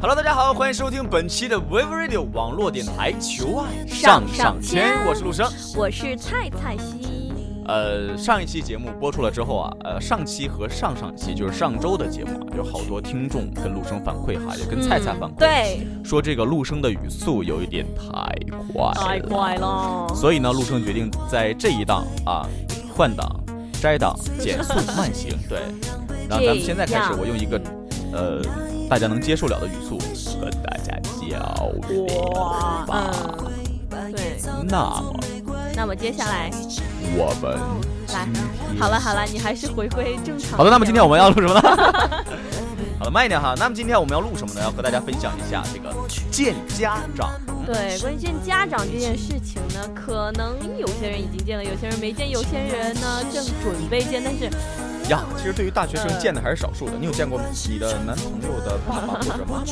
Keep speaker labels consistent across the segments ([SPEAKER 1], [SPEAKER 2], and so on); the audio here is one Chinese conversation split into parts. [SPEAKER 1] Hello，大家好，欢迎收听本期的 Wave Radio 网络电台《求爱上上签》，我是陆生。
[SPEAKER 2] 我是菜菜西。
[SPEAKER 1] 呃，上一期节目播出了之后啊，呃，上期和上上期就是上周的节目啊，有好多听众跟陆生反馈哈，也跟菜菜反馈，
[SPEAKER 2] 嗯对，
[SPEAKER 1] 说这个陆生的语速有一点太快了，
[SPEAKER 2] 太哎怪了。
[SPEAKER 1] 所以呢，陆生决定在这一档啊换档、摘档、减速慢行。对，然后咱们现在开始，我用一个呃大家能接受了的语速和大家交流。
[SPEAKER 2] 哇，
[SPEAKER 1] 吧
[SPEAKER 2] 嗯，对。
[SPEAKER 1] 那么
[SPEAKER 2] 那么接下来，
[SPEAKER 1] 我们
[SPEAKER 2] 来，好了好了，你还是回归正常。
[SPEAKER 1] 好的，那么今天我们要录什么呢？ 好了，慢一点哈。那么今天我们要录什么呢？要和大家分享一下这个见家长。
[SPEAKER 2] 对，关键家长这件事情呢，可能有些人已经见了，有些人没见，有些人呢正准备见，但是
[SPEAKER 1] 呀，其实对于大学生
[SPEAKER 2] 嗯
[SPEAKER 1] 见的还是少数的。你有见过你的男朋友的爸爸或者妈妈？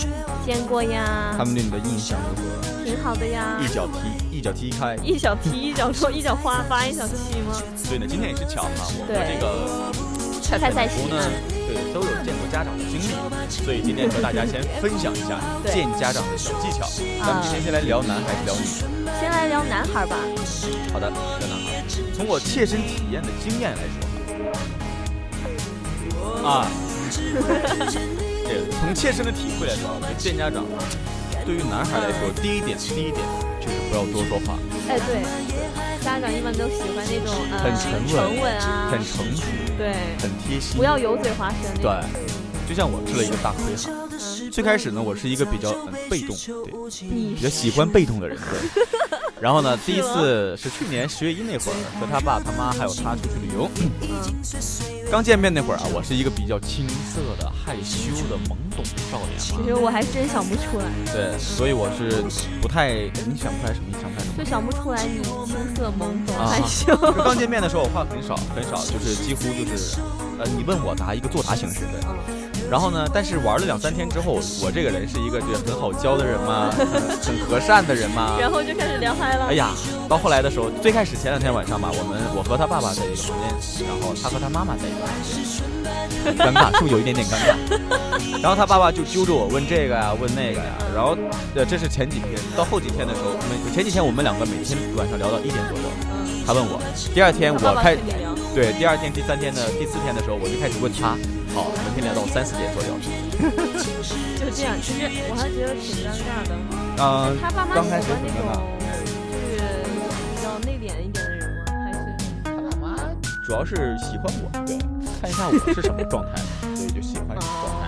[SPEAKER 2] 见过呀
[SPEAKER 1] 他，们对你的印象如何？
[SPEAKER 2] 挺好的呀
[SPEAKER 1] 一。脚踢，一脚踢开。
[SPEAKER 2] 一小踢，一小落，一小花发，一小七吗？
[SPEAKER 1] 对呢，今天也是巧哈，我和
[SPEAKER 2] 对
[SPEAKER 1] 这个
[SPEAKER 2] 菜菜西
[SPEAKER 1] 姑呢，对，都有见过家长的经历，所以今天和大家先分享一下
[SPEAKER 2] 对啊
[SPEAKER 1] 见家长的小技巧。咱们今天先来聊男还是聊女？
[SPEAKER 2] 先来聊男孩吧。
[SPEAKER 1] 好的，聊男孩。从我切身体验的经验来说， 啊，对，从切身的体会来说，我觉得见家长对于男孩来说，
[SPEAKER 2] 嗯
[SPEAKER 1] 第一点，第一点就是不要多说话，
[SPEAKER 2] 哎，对，家长一般都喜欢那种呃
[SPEAKER 1] 很沉稳
[SPEAKER 2] 沉稳啊，
[SPEAKER 1] 很成熟，
[SPEAKER 2] 对，
[SPEAKER 1] 很贴心
[SPEAKER 2] 不。要油嘴滑舌那
[SPEAKER 1] 对
[SPEAKER 2] 种。，
[SPEAKER 1] 就像我吃了一个大亏哈。
[SPEAKER 2] 嗯
[SPEAKER 1] 最开始呢，我是一个比较嗯被动，对，
[SPEAKER 2] 你
[SPEAKER 1] 比较喜欢被动的人，对。然后呢，第一次是去年十月一那会儿，和他爸、他妈还有他出去旅游。
[SPEAKER 2] 嗯
[SPEAKER 1] 刚见面那会儿啊，我是一个比较青涩的、害羞的、懵懂的少
[SPEAKER 2] 其
[SPEAKER 1] 年
[SPEAKER 2] 实
[SPEAKER 1] 嘛，
[SPEAKER 2] 我还真想不出来，
[SPEAKER 1] 对，所以我是不太，哎你想不出来什么，你想不出来什么
[SPEAKER 2] 就。想不出来你青涩懵懂
[SPEAKER 1] 啊
[SPEAKER 2] 害 羞。
[SPEAKER 1] 就刚见面的时候，我话很少，很少，就是几乎就是，呃，你问我答，一个作答形式对。
[SPEAKER 2] 嗯，
[SPEAKER 1] 然后呢，但是玩了两三天之后，我这个人是一个这个很好教的人 嘛，很很和善的人嘛。
[SPEAKER 2] 然后就开始聊嗨了。
[SPEAKER 1] 哎呀，到后来的时候，最开始前两天晚上吧，我们我和他爸爸在一个房间，然后他和他妈妈在一个房间，很尴尬，是不是有一点点尴尬？ 然后他爸爸就揪着我问这个呀、问那个呀、然后呃，这是前几天，到后几天的时候，每前几天我们两个每天晚上聊到一点左右，
[SPEAKER 2] 嗯，
[SPEAKER 1] 他问我，第二天
[SPEAKER 2] 他爸
[SPEAKER 1] 我
[SPEAKER 2] 爸
[SPEAKER 1] 开
[SPEAKER 2] 跟你聊
[SPEAKER 1] 对，第二天、第三天的第四天的时候，我就开始问他，好，每天聊到三四点左右，
[SPEAKER 2] 就这样，其实我还觉得挺尴尬的。
[SPEAKER 1] 嗯、
[SPEAKER 2] 他爸妈
[SPEAKER 1] 刚
[SPEAKER 2] 喜
[SPEAKER 1] 开
[SPEAKER 2] 欢
[SPEAKER 1] 始
[SPEAKER 2] 那
[SPEAKER 1] 很尴尬
[SPEAKER 2] 种就是比较内敛一点的人吗？还是
[SPEAKER 1] 他妈主要是喜欢我，对，看一下我是什么状态， 所以就喜欢什么状态。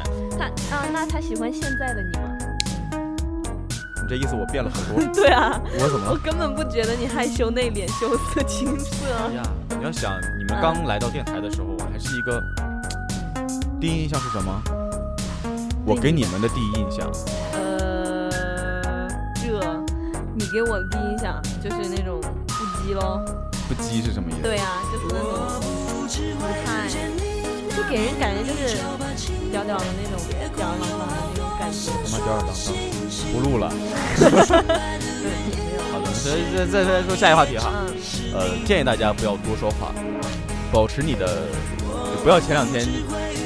[SPEAKER 2] 他啊？那他喜欢现在的你吗？
[SPEAKER 1] 你这意思我变了很多，
[SPEAKER 2] 对啊，
[SPEAKER 1] 我怎么
[SPEAKER 2] 我？根本不觉得你害羞内敛、羞涩、青涩
[SPEAKER 1] 哎。呀，你要想你们刚来到电台的时候，我还是一个第一印象是什么？我给你们的第一印象，
[SPEAKER 2] 呃，这，你给我的第一印象就是那种不羁咯。
[SPEAKER 1] 不羁是什么意思？
[SPEAKER 2] 对啊，就是那种不太，就给人感觉就是吊吊的那种，吊儿郎当的那种感觉。
[SPEAKER 1] 他妈吊儿郎当，不录了。
[SPEAKER 2] 对，也没有。
[SPEAKER 1] 好的，所以再再再说下一个话题哈。
[SPEAKER 2] 嗯，
[SPEAKER 1] 呃，建议大家不要多说话，保持你的，不要前两天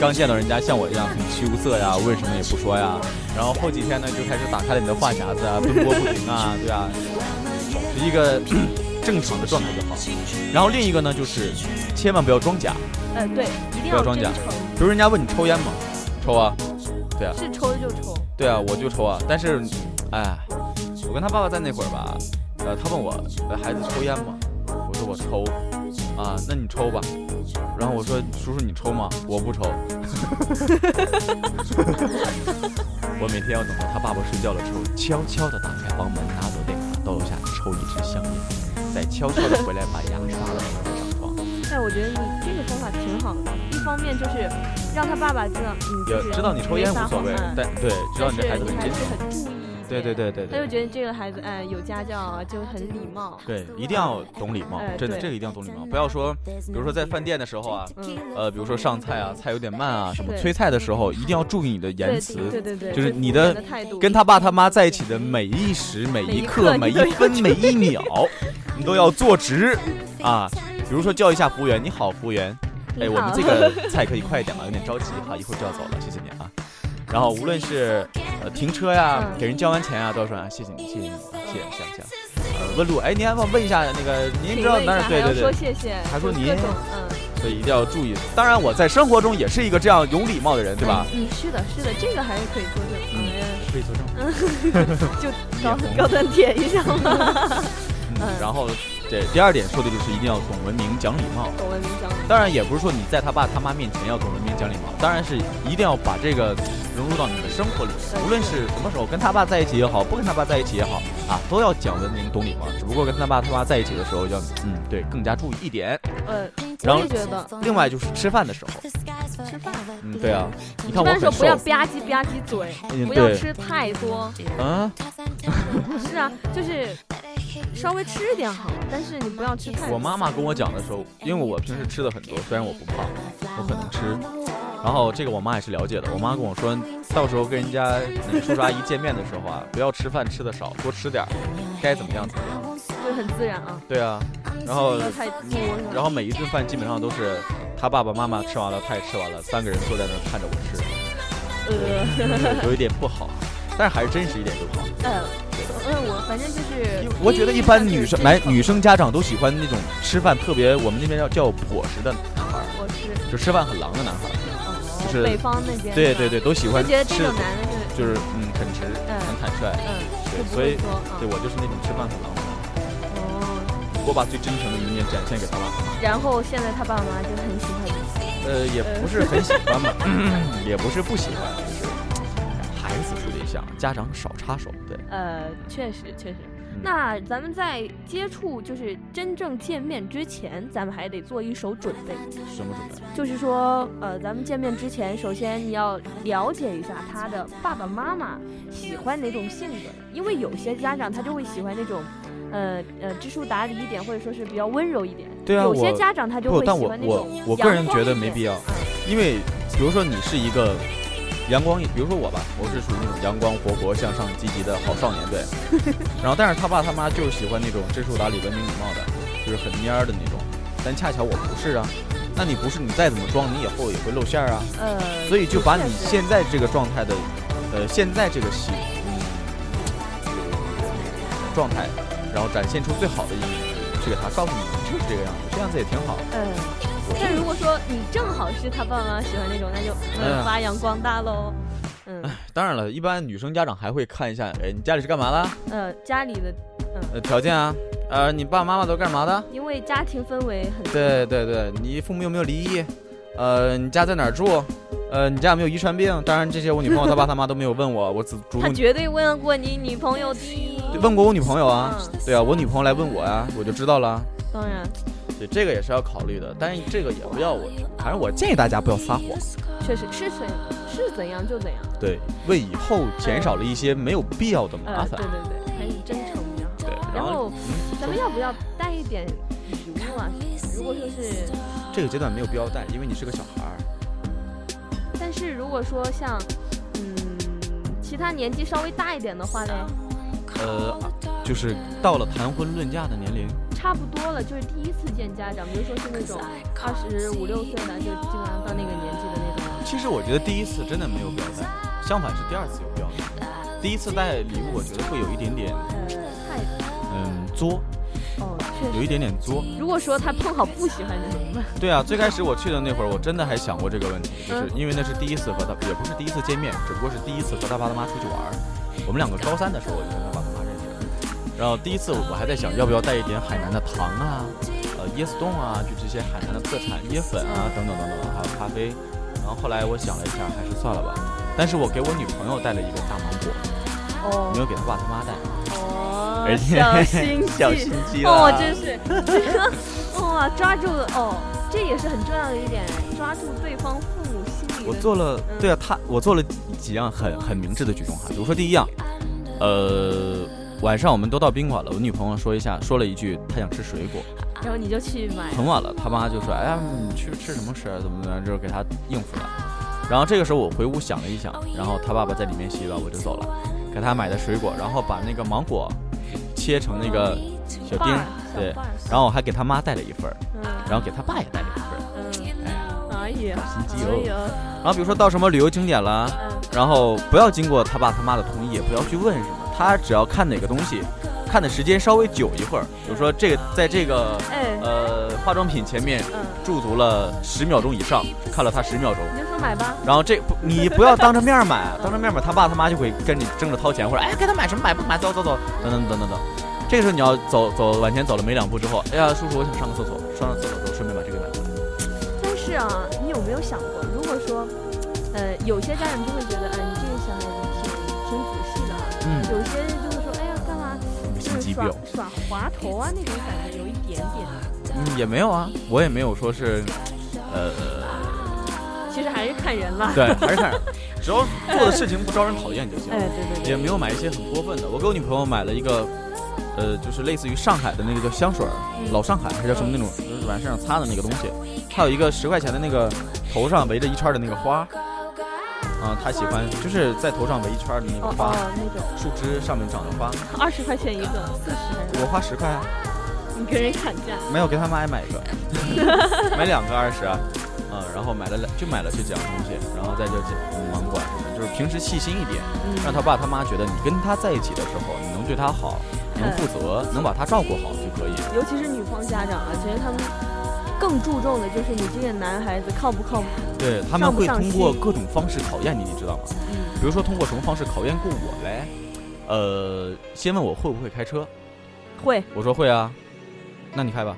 [SPEAKER 1] 刚见到人家像我一样很羞涩呀，问什么也不说呀，然后后几天呢就开始打开了你的话匣子啊，奔波不停啊，对啊，保持一个 正常的状态就好。然后另一个呢就是，千万不要装假，
[SPEAKER 2] 呃，对，一
[SPEAKER 1] 不
[SPEAKER 2] 定
[SPEAKER 1] 要
[SPEAKER 2] 要
[SPEAKER 1] 装
[SPEAKER 2] 真
[SPEAKER 1] 假
[SPEAKER 2] 诚，
[SPEAKER 1] 比如人家问你抽烟吗？抽啊，
[SPEAKER 2] 是抽就抽。
[SPEAKER 1] 对啊，我就抽啊，但是，哎，我跟他爸爸在那会儿吧，呃，他问我、呃孩子抽烟吗？我说我抽，啊，那你抽吧。然后我说叔叔你抽吗？我不抽。 我每天要等到他爸爸睡觉了之后，悄悄地打开房门，拿走电话，到楼下抽一支香烟，再悄悄地回来把牙刷了上床。
[SPEAKER 2] 哎，我觉得你这个方法挺好的，一方面就是让他爸爸知道你就是
[SPEAKER 1] 也知道你抽烟
[SPEAKER 2] 没撒
[SPEAKER 1] 无所
[SPEAKER 2] 谎
[SPEAKER 1] 谓
[SPEAKER 2] 嗯，
[SPEAKER 1] 但对，知道你这孩
[SPEAKER 2] 但
[SPEAKER 1] 子
[SPEAKER 2] 是
[SPEAKER 1] 很
[SPEAKER 2] 你还
[SPEAKER 1] 真
[SPEAKER 2] 是
[SPEAKER 1] 诚。
[SPEAKER 2] 很注意一点。
[SPEAKER 1] 对对对对
[SPEAKER 2] 他就
[SPEAKER 1] 对。
[SPEAKER 2] 觉得这个孩子，哎，有家教啊，就很礼貌。
[SPEAKER 1] 对，一定要懂礼貌，
[SPEAKER 2] 哎
[SPEAKER 1] 真的，
[SPEAKER 2] 对
[SPEAKER 1] 这个一定要懂礼貌，不要说，比如说在饭店的时候啊，
[SPEAKER 2] 嗯，
[SPEAKER 1] 呃，比如说上菜啊，菜有点慢啊，什么
[SPEAKER 2] 对
[SPEAKER 1] 催菜的时候，一定要注意你的言
[SPEAKER 2] 对
[SPEAKER 1] 辞，
[SPEAKER 2] 对对对，
[SPEAKER 1] 就是
[SPEAKER 2] 对
[SPEAKER 1] 你
[SPEAKER 2] 服务
[SPEAKER 1] 的
[SPEAKER 2] 人态度
[SPEAKER 1] 跟他爸他妈在一起的每一时、每
[SPEAKER 2] 每
[SPEAKER 1] 一
[SPEAKER 2] 一
[SPEAKER 1] 刻、
[SPEAKER 2] 刻
[SPEAKER 1] 每
[SPEAKER 2] 你都
[SPEAKER 1] 一分、
[SPEAKER 2] 要
[SPEAKER 1] 每一秒，你都要坐直啊。比如说叫一下服务员，你好，服务员，哎，我们这个菜可以快一点啊，有点着急哈，一会儿就要走了，谢谢你啊。然后无论是呃停车呀，
[SPEAKER 2] 嗯
[SPEAKER 1] 给人交完钱啊，多少啊，谢谢你，谢谢你，谢谢谢谢谢谢。呃问路，哎，您还忘问一下那个，您
[SPEAKER 2] 请
[SPEAKER 1] 知道
[SPEAKER 2] 问一
[SPEAKER 1] 哪
[SPEAKER 2] 下，
[SPEAKER 1] 儿？
[SPEAKER 2] 还
[SPEAKER 1] 对
[SPEAKER 2] 要
[SPEAKER 1] 对
[SPEAKER 2] 说
[SPEAKER 1] 对，
[SPEAKER 2] 谢谢，
[SPEAKER 1] 还说
[SPEAKER 2] 就是
[SPEAKER 1] 您
[SPEAKER 2] 各种嗯，
[SPEAKER 1] 所以一定要注意。当然，我在生活中也是一个这样有礼貌的人，对吧？
[SPEAKER 2] 嗯，是的，是的，这个还是可以作证，嗯，
[SPEAKER 1] 可以作证。
[SPEAKER 2] 就高 高端铁一下嘛，
[SPEAKER 1] 嗯，然后对第二点说的就是一定要懂文明，讲礼貌。
[SPEAKER 2] 懂文明讲。
[SPEAKER 1] 当然也不是说你在他爸他妈面前要懂文明讲礼貌，当然是一定要把这个融入到你的生活里
[SPEAKER 2] 对，
[SPEAKER 1] 无论是什么时候跟他爸在一起也好，不跟他爸在一起也好啊，都要讲文明懂礼貌。只不过跟他爸他妈在一起的时候要嗯对更加注意一点。
[SPEAKER 2] 呃，
[SPEAKER 1] 然后
[SPEAKER 2] 我也觉得
[SPEAKER 1] 另外就是吃饭的时候，
[SPEAKER 2] 吃饭，
[SPEAKER 1] 嗯对啊，你看
[SPEAKER 2] 吃
[SPEAKER 1] 我很
[SPEAKER 2] 饭的时候不
[SPEAKER 1] 瘦，
[SPEAKER 2] 要吧唧吧唧嘴，
[SPEAKER 1] 嗯
[SPEAKER 2] 不要
[SPEAKER 1] 对
[SPEAKER 2] 吃太多。
[SPEAKER 1] 嗯，
[SPEAKER 2] 是啊，就是稍微吃一点好，但是你不要吃太多。
[SPEAKER 1] 我妈妈跟我讲的时候，因为我平时吃的很多，虽然我不胖，我可能吃。啊然后这个我妈也是了解的，我妈跟我说，到时候跟人家那个叔叔阿姨见面的时候啊，不要吃饭吃的少，多吃点儿，该怎么样怎么样。
[SPEAKER 2] 就是很自然啊，
[SPEAKER 1] 对啊，然后
[SPEAKER 2] 不要太多。
[SPEAKER 1] 呃然后每一顿饭基本上都是他爸爸妈妈吃完了，他也吃完了，三个人坐在那儿看着我吃，
[SPEAKER 2] 呃
[SPEAKER 1] 对有一点不好，但是还是真实一点就好。
[SPEAKER 2] 呃，嗯，我反正就是
[SPEAKER 1] 因为，我觉得一般女生来
[SPEAKER 2] 来
[SPEAKER 1] 女生家长都喜欢那种吃饭特别，我们那边叫叫伙食的男孩儿，
[SPEAKER 2] 我是
[SPEAKER 1] 就吃饭很狼的男孩儿。
[SPEAKER 2] 哦
[SPEAKER 1] 就是
[SPEAKER 2] 北方那边，
[SPEAKER 1] 对对，对，都喜
[SPEAKER 2] 就
[SPEAKER 1] 欢
[SPEAKER 2] 觉得
[SPEAKER 1] 吃
[SPEAKER 2] 这种男的是，
[SPEAKER 1] 就是嗯很直、
[SPEAKER 2] 嗯
[SPEAKER 1] 很坦率，
[SPEAKER 2] 嗯，就
[SPEAKER 1] 对，
[SPEAKER 2] 不
[SPEAKER 1] 所以
[SPEAKER 2] 会说啊
[SPEAKER 1] 对，我就是那种吃饭很狼的男孩
[SPEAKER 2] 哦，
[SPEAKER 1] 儿，我把最真诚的一面展现给他爸。
[SPEAKER 2] 然后现在他爸妈就很喜欢你，
[SPEAKER 1] 呃，也不是很喜欢吧， 也不是不喜欢，就是哎孩子处对象，家长少插手，对，
[SPEAKER 2] 呃，确实确实。
[SPEAKER 1] 嗯
[SPEAKER 2] 那咱们在接触就是真正见面之前，咱们还得做一手准备，
[SPEAKER 1] 什么准备？
[SPEAKER 2] 就是说，呃，咱们见面之前，首先你要了解一下他的爸爸妈妈喜欢哪种性格，因为有些家长他就会喜欢那种，呃呃，知书达理一点，或者说是比较温柔一点。
[SPEAKER 1] 对啊
[SPEAKER 2] 有些
[SPEAKER 1] 我
[SPEAKER 2] 家长他就
[SPEAKER 1] 不
[SPEAKER 2] 会
[SPEAKER 1] 但
[SPEAKER 2] 喜
[SPEAKER 1] 我
[SPEAKER 2] 欢那
[SPEAKER 1] 我
[SPEAKER 2] 种
[SPEAKER 1] 我个
[SPEAKER 2] 阳
[SPEAKER 1] 人
[SPEAKER 2] 光
[SPEAKER 1] 觉
[SPEAKER 2] 一
[SPEAKER 1] 得没
[SPEAKER 2] 点
[SPEAKER 1] 必要
[SPEAKER 2] 嗯
[SPEAKER 1] 因为比如说你是一个阳光，比如说我吧，我是属于那种阳光、活泼、向上、积极的好少年，对。 然后，但是他爸他妈就是喜欢那种知书达理、文明礼貌的，就是很蔫儿的那种。但恰巧我不是啊，那你不是，你再怎么装，你以后也会露馅儿啊。
[SPEAKER 2] 呃，
[SPEAKER 1] 所以就把
[SPEAKER 2] 确
[SPEAKER 1] 你
[SPEAKER 2] 实
[SPEAKER 1] 现在这个状态的，呃，现在这个戏，嗯，状态，然后展现出最好的一面，去给他告诉你，你就是这个样子，这样子也挺好。
[SPEAKER 2] 嗯，但如果说你正好是他爸妈喜欢那种，那就嗯
[SPEAKER 1] 嗯
[SPEAKER 2] 发扬光大喽。嗯
[SPEAKER 1] 当然了，一般女生家长还会看一下，哎，你家里是干嘛的？
[SPEAKER 2] 呃，家里的，
[SPEAKER 1] 呃，条件啊，呃，你爸爸妈妈都干嘛的？
[SPEAKER 2] 因为家庭氛围很
[SPEAKER 1] 对对对，你父母有没有离异？呃，你家在哪儿住？呃，你家有没有遗传病？当然这些我女朋友她爸她妈都没有问我，我只主
[SPEAKER 2] 他
[SPEAKER 1] 动
[SPEAKER 2] 绝对问过你女朋友的。
[SPEAKER 1] 问过我女朋友啊。
[SPEAKER 2] 嗯，
[SPEAKER 1] 对啊，我女朋友来问我呀、我就知道了啊。
[SPEAKER 2] 当然，
[SPEAKER 1] 对，这个也是要考虑的，但是这个也不要我，反正我建议大家不要撒谎。
[SPEAKER 2] 确实是怎是怎样就怎样。
[SPEAKER 1] 对，为以后减少了一些没有必要的麻
[SPEAKER 2] 呃，
[SPEAKER 1] 烦
[SPEAKER 2] 对。对对，还是真诚比较好。
[SPEAKER 1] 对，
[SPEAKER 2] 然
[SPEAKER 1] 然后
[SPEAKER 2] 后咱们要不要带一点礼物啊？如果说是，
[SPEAKER 1] 这个阶段没有必要带，因为你是个小孩儿。
[SPEAKER 2] 但是如果说像嗯其他年纪稍微大一点的话嘞，
[SPEAKER 1] 呃，就是到了谈婚论嫁的年龄。
[SPEAKER 2] 差不多了，就是第一次见家长，比如说是那种二十五六岁的，就基本上到那个年纪的那种。
[SPEAKER 1] 其实我觉得第一次真的没有必要带，相反是第二次有必要带。第一次带礼物，我觉得会有一点点，
[SPEAKER 2] 呃，太
[SPEAKER 1] 嗯，作，
[SPEAKER 2] 哦，确
[SPEAKER 1] 有
[SPEAKER 2] 实。
[SPEAKER 1] 一点点作。
[SPEAKER 2] 如果说他碰好不喜欢你怎 么办？
[SPEAKER 1] 对啊，最开始我去的那会儿，我真的还想过这个问题，就是因为那是第一次和他，也不是第一次见面，只不过是第一次和他爸他妈出去玩儿。我们两个高三的时候，我就跟他爸他妈认识了。然后第一次我还在想，要不要带一点海南的糖啊，呃，椰子冻啊，就这些海南的特产椰粉啊，等等等等，还有咖啡。然后后来我想了一下，还是算了吧。但是我给我女朋友带了一个大芒果，没
[SPEAKER 2] 哦
[SPEAKER 1] 有给他爸他妈带，
[SPEAKER 2] 哦
[SPEAKER 1] 而，且
[SPEAKER 2] 小心
[SPEAKER 1] 小
[SPEAKER 2] 机
[SPEAKER 1] 心机了。
[SPEAKER 2] 哦，真是， 哇，抓住了哦，这也是很重要的一点，抓住对方父母心里的。
[SPEAKER 1] 我做了，
[SPEAKER 2] 嗯
[SPEAKER 1] 对啊，他我做了几样很很明智的举动哈，比如说第一样，呃，晚上我们都到宾馆了，我女朋友说一下，说了一句她想吃水果，
[SPEAKER 2] 然后你就去买，
[SPEAKER 1] 很晚了，他妈就说，哎呀，你去吃什么吃啊，怎么怎么样，就是给她应付了。然后这个时候我回屋想了一想，然后他爸爸在里面洗澡，我就走了，给他买的水果，然后把那个芒果切成那个小
[SPEAKER 2] 瓣
[SPEAKER 1] 丁
[SPEAKER 2] 儿，，
[SPEAKER 1] 对
[SPEAKER 2] 小瓣儿，
[SPEAKER 1] 然后我还给他妈带了一份儿，
[SPEAKER 2] 嗯
[SPEAKER 1] 然后给他爸也带了一份儿。哎
[SPEAKER 2] 嗯，
[SPEAKER 1] 呀
[SPEAKER 2] 哎呀，
[SPEAKER 1] 心机哦
[SPEAKER 2] 哎呀，
[SPEAKER 1] 然后比如说到什么旅游景点了。
[SPEAKER 2] 嗯，
[SPEAKER 1] 然后不要经过他爸他妈的同意，也不要去问什么，他只要看哪个东西，看的时间稍微久一会儿，比如说这个在这个
[SPEAKER 2] 哎，
[SPEAKER 1] 呃化妆品前面
[SPEAKER 2] 嗯，
[SPEAKER 1] 驻足了十秒钟以上，看了他十秒钟。
[SPEAKER 2] 你就说买吧，
[SPEAKER 1] 然后这不你不要当着面儿买，当着面儿买，他爸他妈就会跟你争着掏钱，或者哎给他买什么买不买走走走，等等等等等。这个时候你要走走往前走了没两步之后，哎呀叔叔我想上个厕所，上了厕所之后顺便把这个买回来。
[SPEAKER 2] 但是啊，你有没有想过，如果说，呃，有些家长就会觉得，哎，你这个小孩子挺挺仔细的啊，
[SPEAKER 1] 嗯，
[SPEAKER 2] 有些就会说，哎呀，干嘛
[SPEAKER 1] 你
[SPEAKER 2] 就
[SPEAKER 1] 心
[SPEAKER 2] 是
[SPEAKER 1] 机
[SPEAKER 2] 耍
[SPEAKER 1] 婊。
[SPEAKER 2] 耍滑头啊那种感觉，有一点点。
[SPEAKER 1] 嗯，也没有啊，我也没有说是，呃，
[SPEAKER 2] 其实还是看人啦。
[SPEAKER 1] 对，还是看人，只要做的事情不招人讨厌就行
[SPEAKER 2] 哎，。对对
[SPEAKER 1] 也
[SPEAKER 2] 对，
[SPEAKER 1] 没有买一些很过分的。我给我女朋友买了一个，呃，就是类似于上海的那个叫香水儿，
[SPEAKER 2] 嗯
[SPEAKER 1] 老上海还叫什么那种，就是往身上擦的那个东西。还有一个十块钱的那个头上围着一圈儿的那个花，啊，她喜欢就是在头上围一圈儿的那个
[SPEAKER 2] 哦
[SPEAKER 1] 花，
[SPEAKER 2] 哦，那种
[SPEAKER 1] 树枝上面长的花。
[SPEAKER 2] 二十块钱一个，四十，
[SPEAKER 1] 我花十块啊，
[SPEAKER 2] 你跟人砍价。
[SPEAKER 1] 没有给他妈也买一个， 买两个二十啊，嗯，然后买了两就买了这几样东西，然后再就忙管什么，就是平时细心一点。让
[SPEAKER 2] 嗯，
[SPEAKER 1] 他爸他妈觉得你跟他在一起的时候，你能对他好，能负责，能把他照顾好就可以。
[SPEAKER 2] 尤其是女方家长啊，其实他们更注重的就是你这个男孩子靠不靠谱。
[SPEAKER 1] 对他们会通过各种方式考验你，你知道吗？
[SPEAKER 2] 嗯，
[SPEAKER 1] 比如说通过什么方式考验过我嘞？呃，先问我会不会开车，
[SPEAKER 2] 会
[SPEAKER 1] 我说会啊，那你开吧，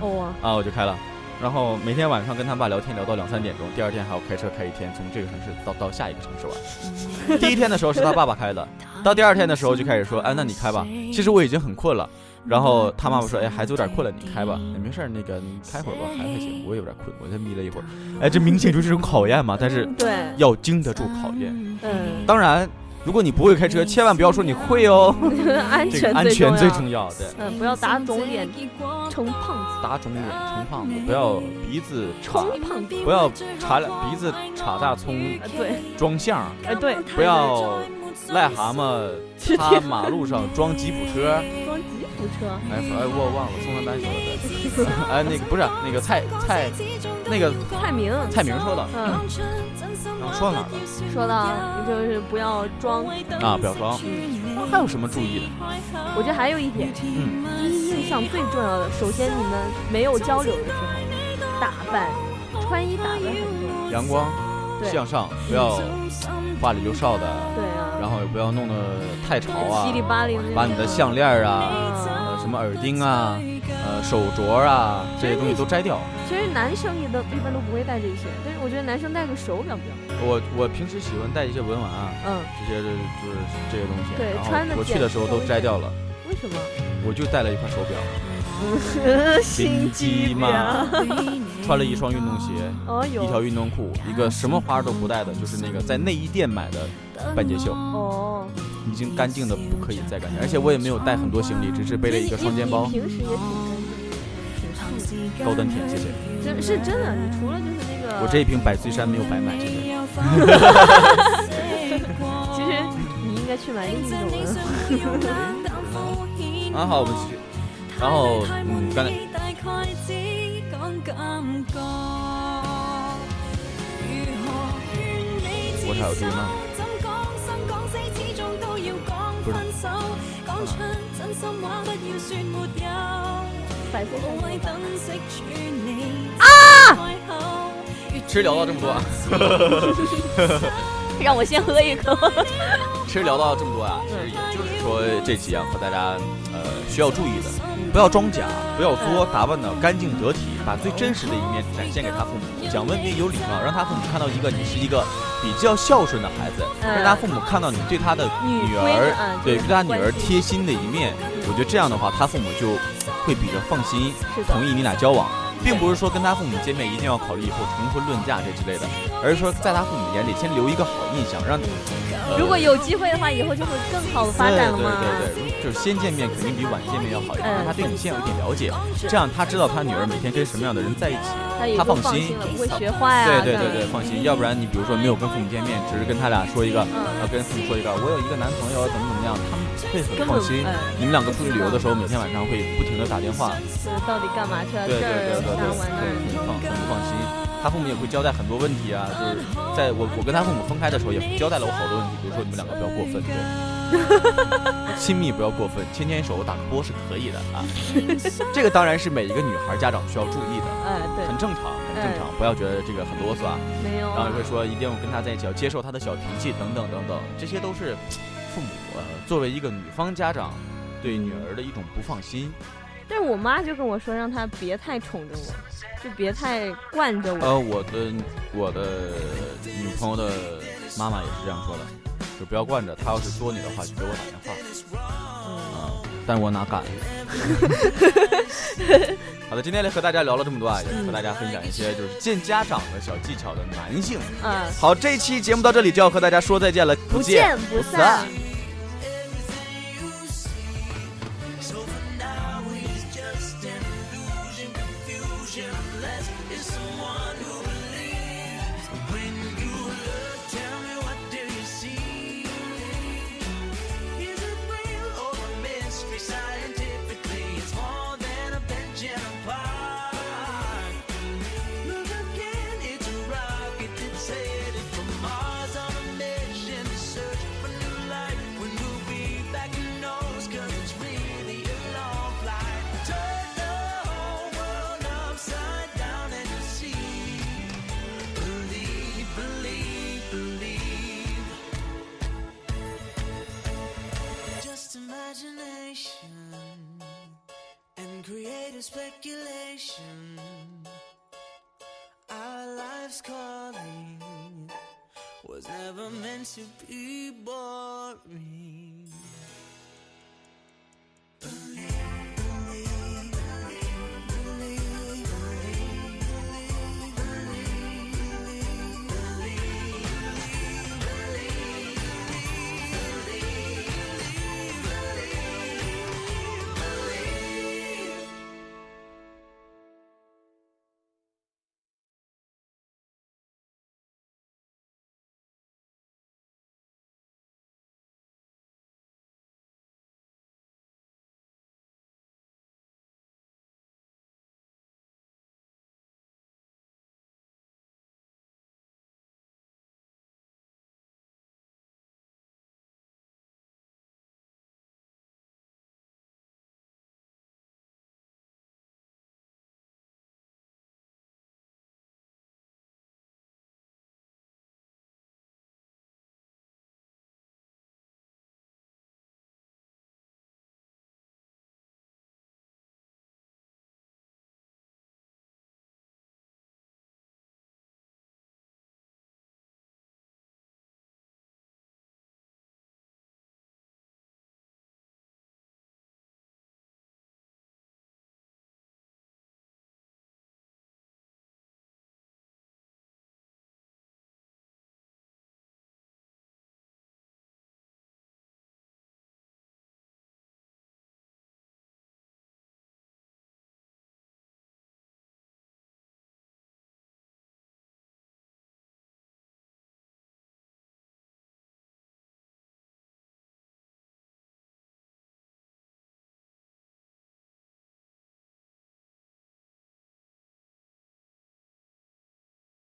[SPEAKER 2] 哦啊，
[SPEAKER 1] 啊，我就开了。然后每天晚上跟他爸聊天，聊到两三点钟，第二天还要开车开一天，从这个城市到到下一个城 市玩。第一天的时候是他爸爸开的，到第二天的时候就开始说，哎，那你开吧。其实我已经很困了，然后他妈妈说，哎，孩子有点困了，你开吧，哎没事儿，那个你开会儿吧，孩子还行，我也有点困，我再眯了一会儿。哎，这明显就是这种考验嘛，但是
[SPEAKER 2] 对，
[SPEAKER 1] 要经得住考验。
[SPEAKER 2] 嗯，
[SPEAKER 1] 当然，如果你不会开车，千万不要说你会哦，
[SPEAKER 2] 安
[SPEAKER 1] 这个
[SPEAKER 2] 全
[SPEAKER 1] 安
[SPEAKER 2] 最重
[SPEAKER 1] 全
[SPEAKER 2] 要。
[SPEAKER 1] 最重要。对，
[SPEAKER 2] 嗯，不要打肿脸充胖
[SPEAKER 1] 打肿脸充胖子，不要鼻子
[SPEAKER 2] 子，
[SPEAKER 1] 插，
[SPEAKER 2] 充胖子。
[SPEAKER 1] 不要插鼻子插大葱
[SPEAKER 2] 呃对，
[SPEAKER 1] 装相，
[SPEAKER 2] 呃对，
[SPEAKER 1] 不要癞蛤蟆趴马路上装吉普车。
[SPEAKER 2] 装吉普车。
[SPEAKER 1] 哎，哎，我忘了，宋丹丹说的。对哎，那个不是那个蔡蔡那个
[SPEAKER 2] 蔡明，
[SPEAKER 1] 蔡明说的
[SPEAKER 2] 嗯，
[SPEAKER 1] 然后说到哪儿了？
[SPEAKER 2] 说到就是不要装。
[SPEAKER 1] 啊，表装。那还有什么注意的？
[SPEAKER 2] 我觉得还有一点，
[SPEAKER 1] 嗯，
[SPEAKER 2] 第一印象最重要的，首先你们没有交流的时候，打扮、穿衣打扮很重要。
[SPEAKER 1] 阳光
[SPEAKER 2] 对
[SPEAKER 1] 向上，不要花里六哨的，
[SPEAKER 2] 对啊，
[SPEAKER 1] 然后也不要弄得太潮啊
[SPEAKER 2] 稀，里巴里的那种
[SPEAKER 1] 把你的项链儿啊，
[SPEAKER 2] 嗯
[SPEAKER 1] 呃，什么耳钉啊，呃，手镯啊，这些东西都摘掉。
[SPEAKER 2] 其实男生也都一般都不会戴这些，但是我觉得男生戴个手表比较好。
[SPEAKER 1] 我我平时喜欢戴一些文玩啊，
[SPEAKER 2] 嗯，
[SPEAKER 1] 这些就是就是这些东西。啊
[SPEAKER 2] 对
[SPEAKER 1] 然后
[SPEAKER 2] 穿得
[SPEAKER 1] 我去的时候都摘掉了，
[SPEAKER 2] 为 什么？
[SPEAKER 1] 我就戴了一块手表，
[SPEAKER 2] 心
[SPEAKER 1] 机嘛，穿了一双运动鞋，
[SPEAKER 2] 哦有
[SPEAKER 1] 一条运动裤，一个什么花都不带的，就是那个在内衣店买的半截袖，
[SPEAKER 2] 哦，
[SPEAKER 1] 已经干净的不可以再干净，而且我也没有带很多行李，只是背了一个双肩包
[SPEAKER 2] 你，平时也挺干净
[SPEAKER 1] 高端甜，谢谢。
[SPEAKER 2] 的，真是真的。你除了就是那个，
[SPEAKER 1] 我这一瓶百岁山没有白买，谢 谢。
[SPEAKER 2] 其实你应该去买另一种的。
[SPEAKER 1] 啊好，我们继续。然后嗯，刚才我才有对吗？不是
[SPEAKER 2] 百岁山
[SPEAKER 3] 啊！
[SPEAKER 1] 其实聊到这么多啊，
[SPEAKER 2] 让我先喝一口。
[SPEAKER 1] 其实聊到这么多啊，其
[SPEAKER 2] 嗯
[SPEAKER 1] 实也就是说这期啊和大家呃需要注意的，不要装假，不
[SPEAKER 2] 嗯
[SPEAKER 1] 要作，打扮的干净得体，把最真实的一面展现给他父母，讲文明有礼貌，让他父母看到一个你是一个比较孝顺的孩子，
[SPEAKER 2] 嗯
[SPEAKER 1] 让他父母看到你对他的
[SPEAKER 2] 女
[SPEAKER 1] 女
[SPEAKER 2] 闺女
[SPEAKER 1] 儿
[SPEAKER 2] 嗯，
[SPEAKER 1] 对
[SPEAKER 2] 就
[SPEAKER 1] 对
[SPEAKER 2] 是
[SPEAKER 1] 他
[SPEAKER 2] 很
[SPEAKER 1] 女
[SPEAKER 2] 关
[SPEAKER 1] 儿
[SPEAKER 2] 心
[SPEAKER 1] 贴心的一面，我觉得这样的话，他父母就会比较放心，
[SPEAKER 2] 是的
[SPEAKER 1] 同意你俩交往。并不是说跟他父母见面一定要考虑以后重婚论嫁这之类的，而是说在他父母眼里先留一个好印象，让呃
[SPEAKER 2] 如果有机会的话，以后就会更好的发展了嘛。
[SPEAKER 1] 对对对对，就是先见面肯定比晚见面要好一点，
[SPEAKER 2] 嗯
[SPEAKER 1] 让他对你先有一点了解，这样他知道他女儿每天跟什么样的人在一起。
[SPEAKER 2] 他也就
[SPEAKER 1] 他放
[SPEAKER 2] 放
[SPEAKER 1] 心
[SPEAKER 2] 了，不会学坏啊。
[SPEAKER 1] 对对
[SPEAKER 2] 这样
[SPEAKER 1] 对对，放心，要不然你比如说没有跟父母见面，只是跟他俩说一个，
[SPEAKER 2] 嗯
[SPEAKER 1] 要跟父母说一个，我有一个男朋友啊怎么怎么样，他们会很
[SPEAKER 2] 根本
[SPEAKER 1] 放心
[SPEAKER 2] 哎。
[SPEAKER 1] 你们两个出去旅游的时候，每天晚上会不停的打电话，
[SPEAKER 2] 就是到底干嘛去了？啊
[SPEAKER 1] 对对
[SPEAKER 2] 这儿
[SPEAKER 1] 对对对
[SPEAKER 2] 有啥玩意
[SPEAKER 1] 对，
[SPEAKER 2] 儿？
[SPEAKER 1] 很放很不放心。他父母也会交代很多问题啊，就是在我我跟他父母分开的时候，也交代了我好多问题，比如说你们两个不要过分，对，亲密不要过分，牵牵手打个波是可以的啊。 这个当然是每一个女孩家长需要注意的，
[SPEAKER 2] 哎，对
[SPEAKER 1] 很，正常，很正常，不要觉得这个很啰嗦啊。
[SPEAKER 2] 没有啊。
[SPEAKER 1] 然后也会说一定要跟他在一起，要接受他的小脾气等等等等，这些都是父母呃作为一个女方家长对女儿的一种不放心。
[SPEAKER 2] 但是我妈就跟我说，让她别太宠着我，就别太惯着我。
[SPEAKER 1] 呃，我的我的女朋友的妈妈也是这样说的，就不要惯着她，要是作你的话就给我打电
[SPEAKER 2] 嗯
[SPEAKER 1] 话啊、但我哪敢？好的，今天来和大家聊了这么多啊，也和大家分享一些就是见家长的小技巧的男性。
[SPEAKER 2] 嗯，
[SPEAKER 1] 好，这一期节目到这里就要和大家说再见了，
[SPEAKER 2] 不见不散。
[SPEAKER 3] Is it real or a mystery? Scientifically, it's more than a bench and a park. Look again, it's a rocket that's headed for Mars on a mission to search for new life. When we'll be back, who knows? 'Cause it's really a long flight. Turn the whole world upside down and you see. Believe, believe, believe. just imagination and creative speculation. Our lives calling was never meant to be boring.